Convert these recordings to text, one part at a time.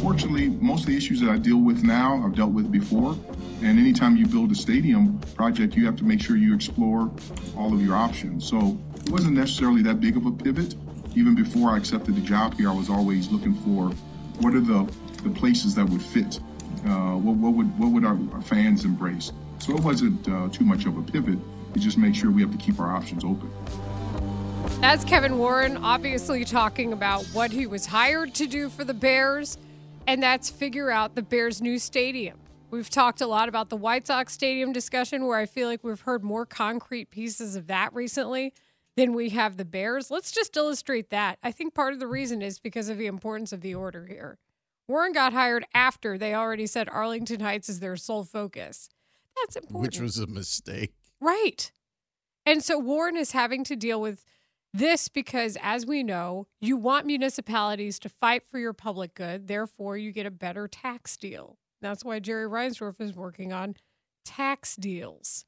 Fortunately, most of the issues that I deal with now, I've dealt with before. And anytime you build a stadium project, you have to make sure you explore all of your options. So it wasn't necessarily that big of a pivot. Even before I accepted the job here, I was always looking for what are the, the places that would fit uh, what, what, would what would our, our, fans embrace? So it wasn't uh, too much of a pivot. It just makes sure we have to keep our options open. That's Kevin Warren, obviously talking about what he was hired to do for the Bears, and that's figure out the Bears' new stadium. We've talked a lot about the White Sox stadium discussion, where I feel like we've heard more concrete pieces of that recently than we have the Bears. Let's just illustrate that. I think part of the reason is because of the importance of the order here. Warren got hired after they already said Arlington Heights is their sole focus. That's important. Which was a mistake. Right. And so Warren is having to deal with this because, as we know, you want municipalities to fight for your public good. Therefore, you get a better tax deal. That's why Jerry Reinsdorf is working on tax deals.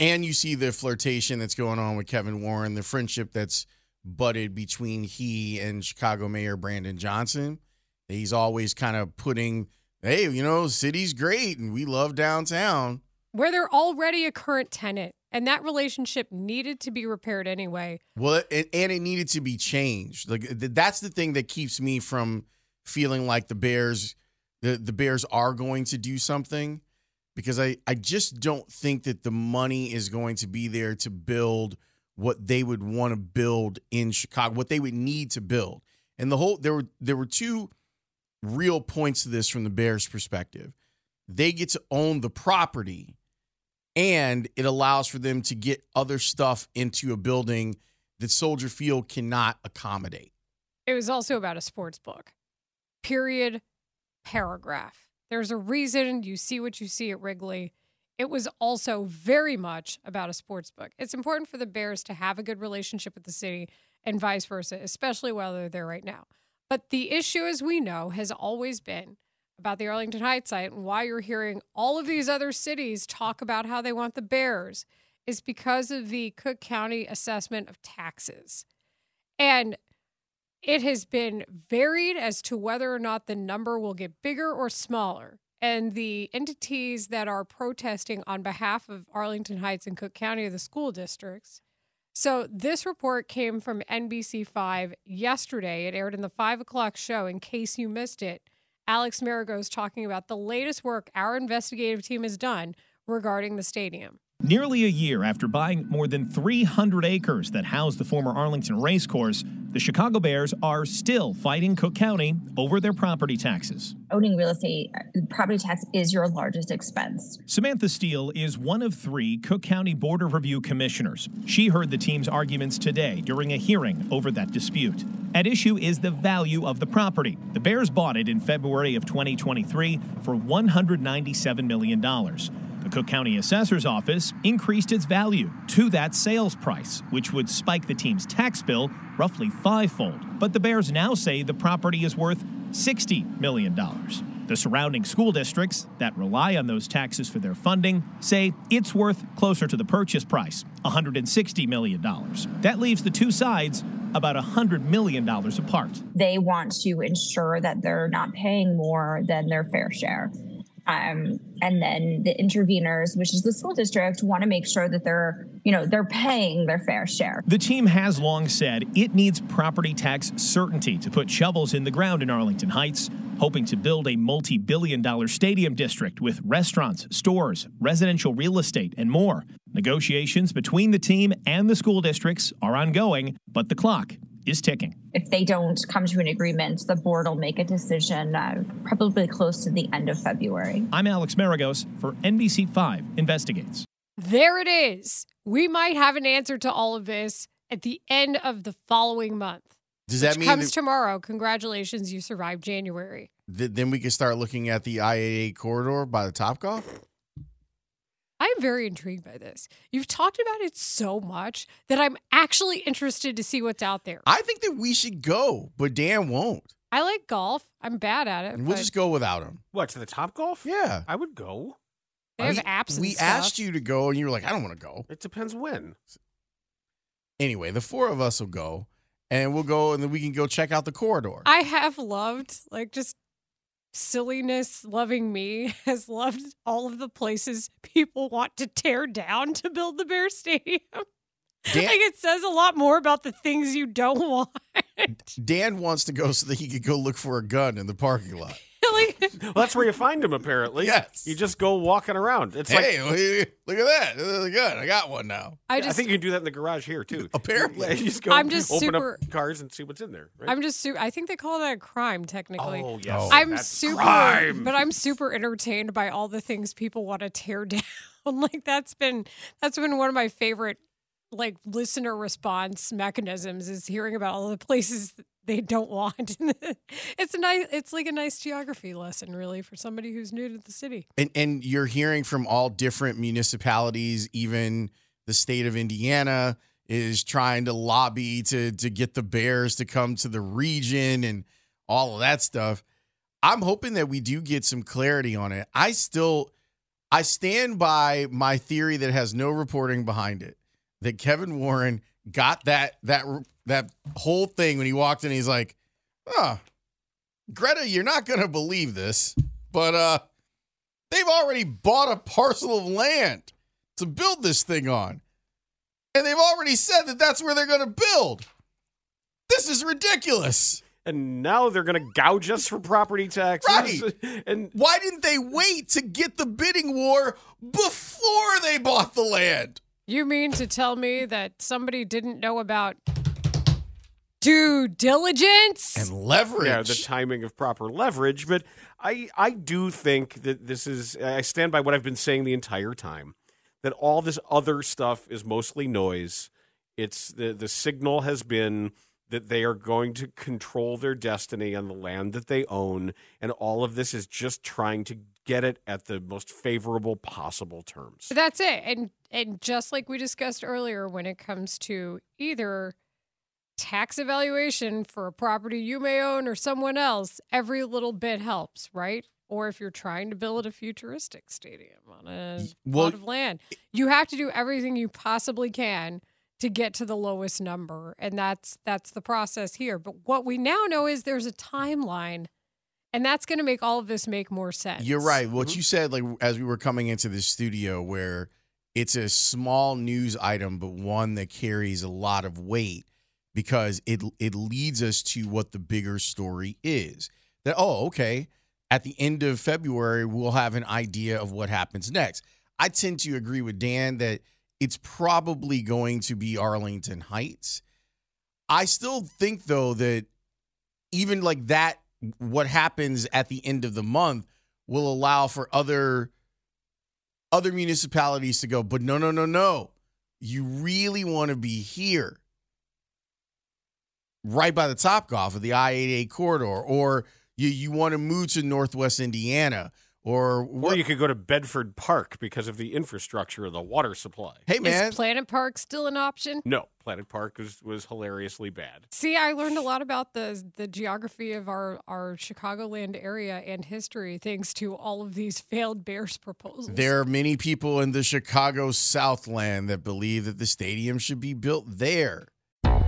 And you see the flirtation that's going on with Kevin Warren, the friendship that's budded between he and Chicago Mayor Brandon Johnson he's always kind of putting, hey, you know, city's great and we love downtown. Where they're already a current tenant. And that relationship needed to be repaired anyway. Well, it, and it needed to be changed. Like that's the thing that keeps me from feeling like the Bears, the, the Bears are going to do something, because I I just don't think that the money is going to be there to build what they would want to build in Chicago, what they would need to build. And the whole there were there were two real points to this from the Bears' perspective. They get to own the property, and it allows for them to get other stuff into a building that Soldier Field cannot accommodate. It was also about a sports book. Period. Paragraph. There's a reason you see what you see at Wrigley. It was also very much about a sports book. It's important for the Bears to have a good relationship with the city and vice versa, especially while they're there right now. But the issue, as we know, has always been about the Arlington Heights site and why you're hearing all of these other cities talk about how they want the Bears is because of the Cook County assessment of taxes. And it has been varied as to whether or not the number will get bigger or smaller. And the entities that are protesting on behalf of Arlington Heights and Cook County are the school districts. So, this report came from NBC5 yesterday. It aired in the five o'clock show. In case you missed it, Alex Marigo is talking about the latest work our investigative team has done regarding the stadium. Nearly a year after buying more than 300 acres that housed the former Arlington Racecourse, the Chicago Bears are still fighting Cook County over their property taxes. Owning real estate, uh, property tax is your largest expense. Samantha Steele is one of three Cook County Board of Review commissioners. She heard the team's arguments today during a hearing over that dispute. At issue is the value of the property. The Bears bought it in February of 2023 for $197 million. The Cook County Assessor's Office increased its value to that sales price, which would spike the team's tax bill roughly fivefold. But the Bears now say the property is worth $60 million. The surrounding school districts that rely on those taxes for their funding say it's worth closer to the purchase price, $160 million. That leaves the two sides about $100 million apart. They want to ensure that they're not paying more than their fair share Um, and then the interveners, which is the school district, want to make sure that they're, you know, they're paying their fair share. The team has long said it needs property tax certainty to put shovels in the ground in Arlington Heights, hoping to build a multi billion dollar stadium district with restaurants, stores, residential real estate, and more. Negotiations between the team and the school districts are ongoing, but the clock is ticking. If they don't come to an agreement, the board will make a decision uh, probably close to the end of February. I'm Alex Maragos for NBC5 Investigates. There it is. We might have an answer to all of this at the end of the following month. Does that which mean comes that- tomorrow? Congratulations, you survived January. Th- then we can start looking at the IAA corridor by the Top Golf. I'm very intrigued by this. You've talked about it so much that I'm actually interested to see what's out there. I think that we should go, but Dan won't. I like golf. I'm bad at it. And we'll but just go without him. What to the Top Golf? Yeah. I would go. They have apps. And we stuff. asked you to go, and you were like, I don't want to go. It depends when. Anyway, the four of us will go, and we'll go, and then we can go check out the corridor. I have loved like just silliness loving me has loved all of the places people want to tear down to build the Bear Stadium. Dan- like it says a lot more about the things you don't want. Dan wants to go so that he could go look for a gun in the parking lot. like Well, that's where you find them. Apparently, Yes. You just go walking around. It's hey, like look at that. There's a gun. I got one now. I I, just think you can do that in the garage here too. Apparently. Yeah, you just go. I'm just open super- up cars and see what's in there. Right? I'm just su- I think they call that a crime technically. Oh yes. I'm that's super crime. but I'm super entertained by all the things people want to tear down. like that's been that's been one of my favorite like listener response mechanisms is hearing about all the places that they don't want. it's a nice it's like a nice geography lesson really for somebody who's new to the city. and and you're hearing from all different municipalities even the state of indiana is trying to lobby to to get the bears to come to the region and all of that stuff i'm hoping that we do get some clarity on it i still i stand by my theory that has no reporting behind it that kevin warren got that that that whole thing when he walked in he's like huh greta you're not gonna believe this but uh They've already bought a parcel of land to build this thing on. And they've already said that that's where they're going to build. This is ridiculous. and now they're gonna gouge us for property taxes. And Why didn't they wait to get the bidding war before they bought the land? You mean to tell me that somebody didn't know about due diligence? And leverage. Yeah, the timing of proper leverage. But I, I do think that this is. I stand by what I've been saying the entire time. That all this other stuff is mostly noise. It's the the signal has been that they are going to control their destiny on the land that they own, and all of this is just trying to get it at the most favorable possible terms. But that's it. And and just like we discussed earlier, when it comes to either tax evaluation for a property you may own or someone else, every little bit helps, right? Or if you're trying to build a futuristic stadium on a Well- plot of land, you have to do everything you possibly can to get to the lowest number, and that's that's the process here. But what we now know is there's a timeline, and that's going to make all of this make more sense. You're right. What you said, like as we were coming into the studio, where it's a small news item, but one that carries a lot of weight because it it leads us to what the bigger story is. That oh, okay. At the end of February, we'll have an idea of what happens next. I tend to agree with Dan that it's probably going to be Arlington Heights. I still think though that even like that what happens at the end of the month will allow for other other municipalities to go but no no no no you really want to be here right by the top golf of the I-8A corridor or you you want to move to northwest Indiana or Or what you could go to Bedford Park because of the infrastructure and the water supply. hey man Is Planet Park still an option? No, Planet Park was, was hilariously bad. See, I learned a lot about the the geography of our our Chicagoland area and history thanks to all of these failed Bears proposals. There are many people in the Chicago Southland that believe that the stadium should be built there.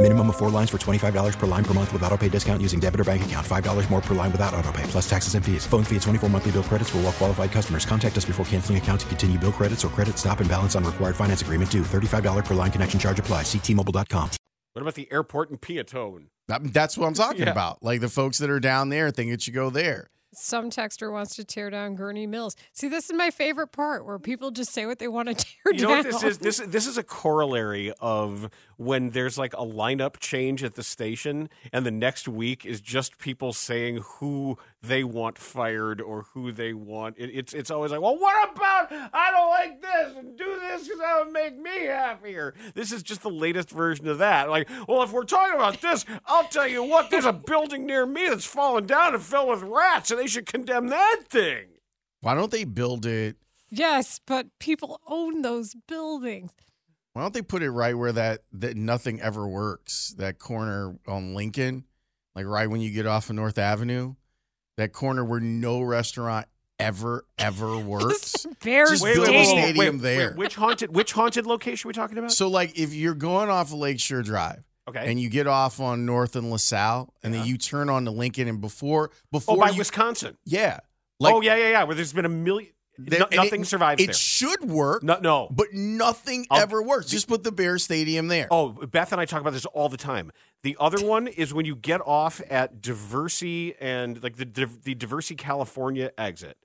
Minimum of four lines for $25 per line per month with auto pay discount using debit or bank account. $5 more per line without auto pay, plus taxes and fees. Phone fee at 24 monthly bill credits for all well qualified customers. Contact us before canceling account to continue bill credits or credit stop and balance on required finance agreement due. $35 per line connection charge applies. Ctmobile.com. What about the airport in Piatone? That- that's what I'm talking Yeah. about. Like the folks that are down there think it should go there. Some texter wants to tear down Gurney Mills. See, this is my favorite part where people just say what they want to tear You know down. what this is? This this is a corollary of when there's like a lineup change at the station, and the next week is just people saying who they want fired or who they want. It, it's it's always like, well, what about I don't like this and do this because that would make me happier. This is just the latest version of that. Like, well, if we're talking about this, I'll tell you what. There's a building near me that's fallen down and filled with rats, and they should condemn that thing. Why don't they build it? yes, but people own those buildings. Why don't they put it right where that that nothing ever works? That corner on Lincoln, like right when you get off of North Avenue, that corner where no restaurant ever ever works. Bears Just Wait, wait, build a wait, wait, stadium wait, wait, there. which haunted which haunted location are we talking about? So like if you're going off of Lakeshore Drive, Okay. and you get off on North and LaSalle, and then you turn on to Lincoln, and before before oh, by you, Wisconsin. yeah, oh yeah, yeah, yeah. Where there's been a million. There- no- and nothing it, survives It there. should work, no, no. but nothing I'll- ever works. Just put the Bear Stadium there. Oh, Beth and I talk about this all the time. The other one is when you get off at Diversity and like the Div- the Diversity California exit,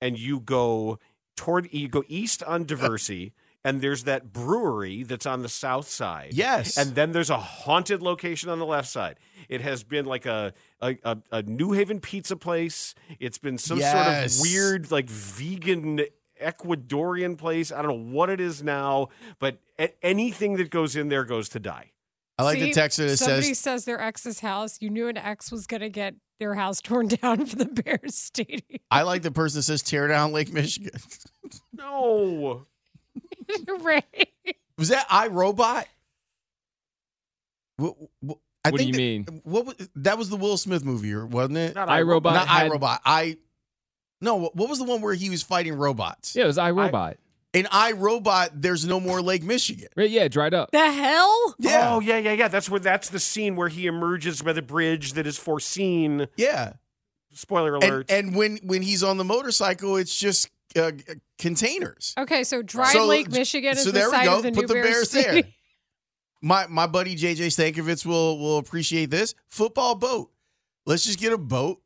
and you go toward you go east on Diversity. And there's that brewery that's on the south side. Yes. And then there's a haunted location on the left side. It has been like a a, a, a New Haven pizza place. It's been some Yes. sort of weird, like vegan Ecuadorian place. I don't know what it is now, but a- anything that goes in there goes to die. I like the text that it somebody says. says their ex's house. You knew an ex was going to get their house torn down for the Bears stadium. I like the person that says tear down Lake Michigan. No. Ray. Was that I Robot? What, what, I What do think you that- What was, that was the Will Smith movie, or wasn't it? Not I, Robot. Not had- I Robot. I no. What what was the one where he was fighting robots? Yeah, it was I Robot. In I Robot, there's no more Lake Michigan. Right, yeah, it dried up. The hell? Yeah. Oh yeah, yeah, yeah. That's where that's the scene where he emerges by the bridge that is foreseen. Yeah. Spoiler And, alert. and when when he's on the motorcycle, it's just uh, containers. Okay, so Dry So- Lake, Michigan is so the there we site go. of the Put new the Bears Bears there. stadium. My my buddy JJ Stankovitz will will appreciate this football boat. Let's just get a boat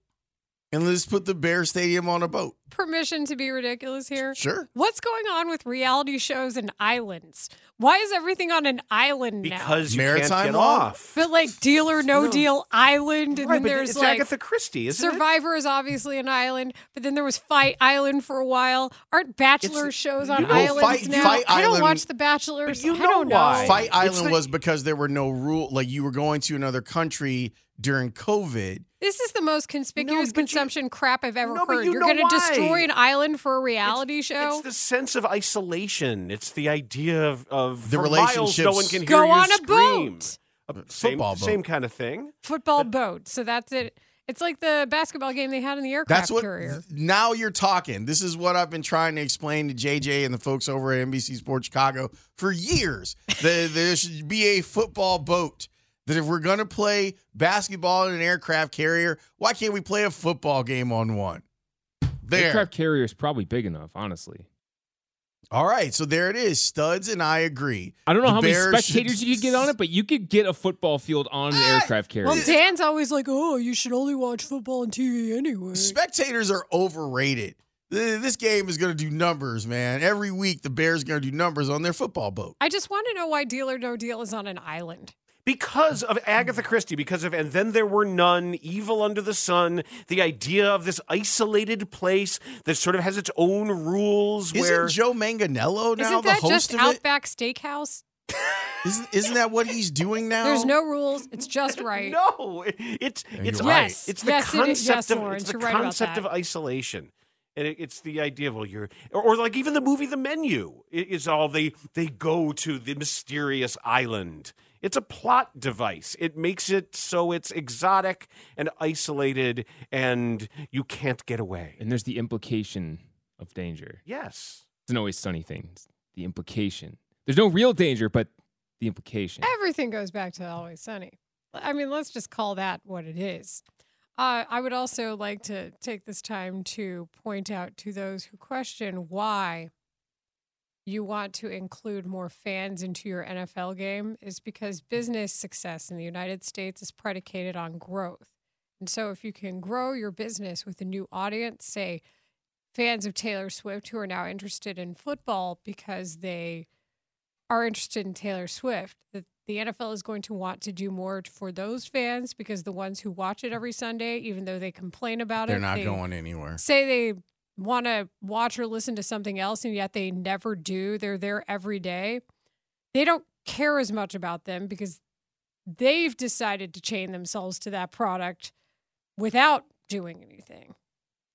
and let's put the Bear Stadium on a boat. Permission to be ridiculous here. Sure. What's going on with reality shows and islands? Why is everything on an island now? because you can't Maritime get law. off. but like Deal or No, No. Deal Island, and Right, then but there's it's like Agatha Christie, isn't it? Survivor is obviously an island, but then there was Fight Island for a while. Aren't Bachelor shows on You know, islands Fight- now? Fight I don't Island- watch The Bachelor. so you I know don't know. why. Fight It's Island the- was because there were no rule like you were going to another country during COVID. This is the most conspicuous consumption crap I've ever No, but heard. you You're know going to why. destroy an island for a reality show? It's the sense of isolation. It's the idea of, of The for miles no relationships. one can hear Go you on a scream. boat. A same, football boat. same kind of thing. Football boat. So that's it. It's like the basketball game they had in the aircraft That's what carrier. now you're talking. This is what I've been trying to explain to JJ and the folks over at NBC Sports Chicago for years. that there should be a football boat. That if we're gonna play basketball in an aircraft carrier, why can't we play a football game on one? There. Aircraft carrier is probably big enough, honestly. All right, so there it is. Studs and I agree. I don't know The how Bears many spectators should- you could get on it, but you could get a football field on Ah! an aircraft carrier. Well, Dan's always like, oh, you should only watch football on TV anyway. Spectators are overrated. Th- This game is going to do numbers, man. Every week, the Bears going to do numbers on their football boat. I just want to know why Deal or No Deal is on an island. because of Agatha Christie, because of And Then There Were None, Evil Under the Sun, the idea of this isolated place that sort of has its own rules. Isn't where Joe Manganello Oh, now Isn't the that host just of it? Outback Steakhouse? Isn't, isn't that what he's doing now? There's no rules. It's just right. no, it, it's it's you're right. Yes, it's the yes, it is. concept Yes, of Lawrence, it's the you're right about concept of that. isolation. And it, it's the idea of well, you're or, or like even the movie The Menu i- is all they they go to the mysterious island. It's a plot device. It makes it so it's exotic and isolated, and you can't get away. And there's the implication of danger. Yes. It's an always sunny thing. It's the implication. There's no real danger, but the implication. Everything goes back to Always Sunny. I mean, let's just call that what it is. Uh, I would also like to take this time to point out to those who question why you want to include more fans into your NFL game is because business success in the United States is predicated on growth. And so if you can grow your business with a new audience, say fans of Taylor Swift who are now interested in football because they are interested in Taylor Swift, that the NFL is going to want to do more for those fans because the ones who watch it every Sunday, even though they complain about They're it, not they- going anywhere. Say they want to watch or listen to something else and yet they never do. They're there every day. They don't care as much about them because they've decided to chain themselves to that product without doing anything.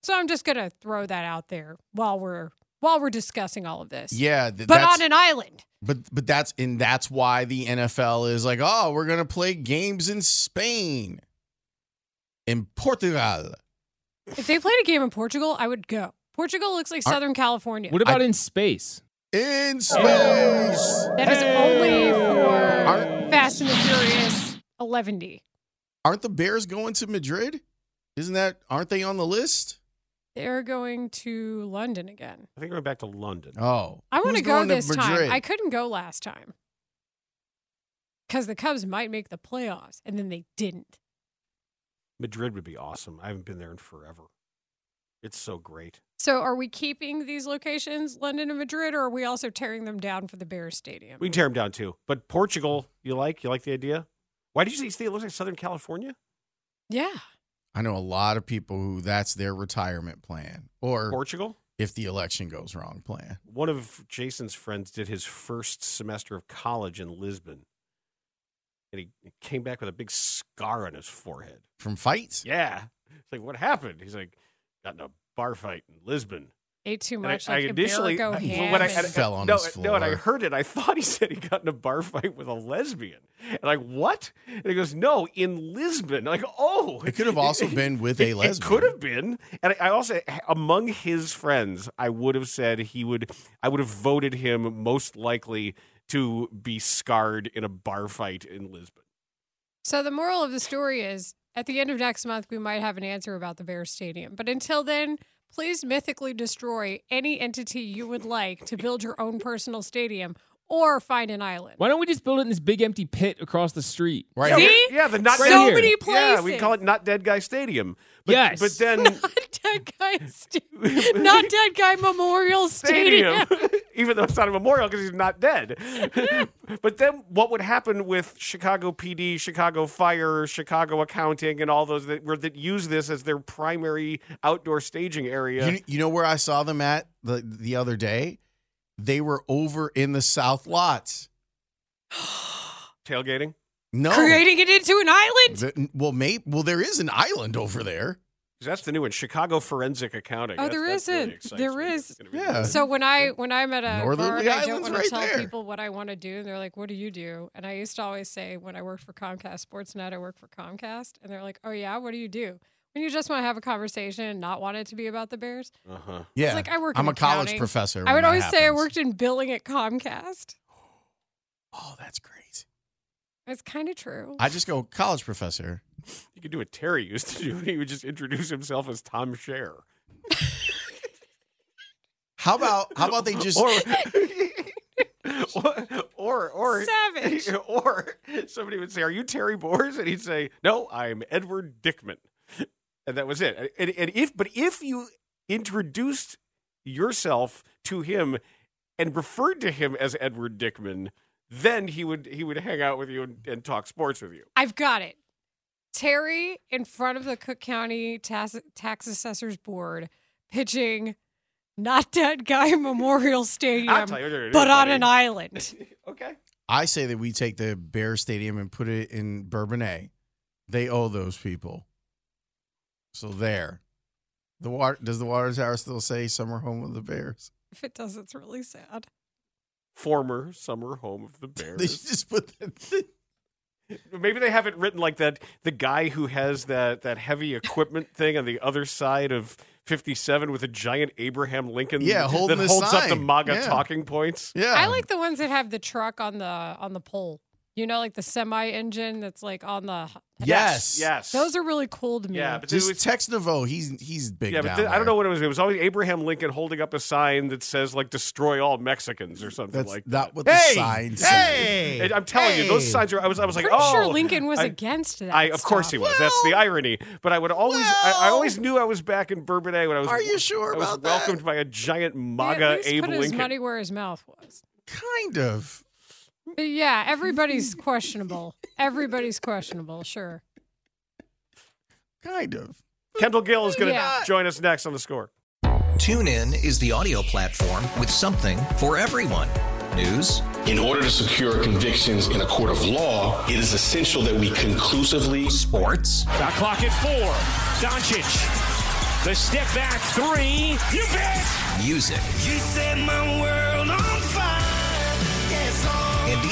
So I'm just going to throw that out there while we're while we're discussing all of this. Yeah, th- but that's- on an island. But but that's and that's why the NFL is like, oh, we're gonna play games in Spain, in Portugal. If they played a game in Portugal, I would go. Portugal looks like Are- Southern California. What about in space? In Oh. space. That is only for Fast and the Furious 11D. Aren't the Bears going to Madrid? Isn't that? Aren't they on the list? They're going to London again. I think we're back to London. Oh, I want Who's to go going this Madrid? time. I couldn't go last time because the Cubs might make the playoffs, and then they didn't. Madrid would be awesome. I haven't been there in forever. It's so great. So, are we keeping these locations, London and Madrid, or are we also tearing them down for the Bears Stadium? We can tear him down too. But Portugal, you like? You like the idea? Why did you say Steve? It looks like Southern California. Yeah. I know a lot of people who that's their retirement plan, or Portugal? if the election goes wrong, plan. One of Jason's friends did his first semester of college in Lisbon, and he he came back with a big scar on his forehead. From fights? Yeah. It's like, what happened? He's like, got in a bar fight in Lisbon. Ate too And I- much. I, like initially Iberico I- ham when I, and- I- Fell on no, uh, his no, and I floor. heard it. I thought he said he got in a bar fight with a lesbian, and like what? And he goes, "No, in Lisbon." Like, oh, It could have also been with It- a It lesbian. could have been. And I- I also, among his friends, I would have said he would, I would have voted him most likely to be scarred in a bar fight in Lisbon. So the moral of the story is at the end of next month we might have an answer about the Bears stadium. But until then, please mythically destroy any entity you would like to build your own personal stadium or find an island. Why don't we just build it in this big empty pit across the street? Right Yeah, See? we- Yeah, the not So dead- many Yeah, we places. call it Not Dead Guy Stadium. But, Yes. But then Dead guy stadium. Not dead guy memorial stadium. stadium, even though it's not a memorial because he's not dead. but then what would happen with Chicago PD, Chicago Fire, Chicago Accounting, and all those that, were, that use this as their primary outdoor staging area? You, you know where I saw them at the, the other day? They were over in the South Lots. Tailgating? No. Creating it into an island. The- well, maybe. Well, there is an island over there. 'Cause that's the new one, Chicago Forensic Accounting. Oh, That's- there that's really isn't. excites there me. is. Yeah. So when I when I'm at a Northerly bar and I don't Islands want to right tell there. people what I want to do, and they're like, "What do you do?" And I used to always say when I worked for Comcast Sportsnet, I worked for Comcast, and they're like, "Oh yeah, what do you do?" When you just want to have a conversation and not want it to be about the Bears, Uh-huh. Yeah. like I work I'm in a college accounting. professor. when I would that always say I happens. worked in billing at Comcast. Oh, that's great. It's kind of true. I just go college professor. You could do what Terry used to do. He would just introduce himself as Tom Scher. How about how about they just or, or or Savage. or somebody would say, "Are you Terry Bores?" And he'd say, "No, I'm Edward Dickman," and that was it. And, and if but if you introduced yourself to him and referred to him as Edward Dickman, Then he would he would hang out with you and, and talk sports with you. I've got it. Terry in front of the Cook County tax, tax assessors board pitching not dead guy Memorial Stadium, tell you what it is, but on buddy. an island. okay. I say that we take the Bear Stadium and put it in Bourbonnais. They owe those people. So there. The water does the water tower still say summer home of the Bears? If it does, it's really sad. Former summer home of the Bears. They should just put that. Maybe they have it written like that. The guy who has that that heavy equipment thing on the other side of 57 with a giant Abraham Lincoln. Yeah, holding that the holds up the sign. MAGA Yeah. talking points. I like the ones that have the truck on the on the pole. You know, like the semi engine that's like on the Yes. Yes. Those are really cool to me. just text Naveau. He's he's big. yeah, but down th- I there. don't know what it was. It was always Abraham Lincoln holding up a sign that says like "Destroy all Mexicans" or something That's like not that. what the hey, sign said. Hey, And I'm telling you, those Hey! signs are. I was, I was like, Pretty oh, sure Lincoln was I- against that. I, of course he was. That's the irony. But I would always, I, I always knew I was back in Bourbonnais when I was. Are you sure I was about that? welcomed by a giant He MAGA at least Abe put his Lincoln. money where his mouth was. Kind of. But yeah, everybody's questionable. Everybody's questionable. Sure. Kind of. Kendall Gill is going to Yeah. join us next on the score. TuneIn is the audio platform with something for everyone. News, In order to secure convictions in a court of law, it is essential that we conclusively. Sports. The clock at four. Doncic. The step back three. You bet. music, You set my world on fire. Yes, all. and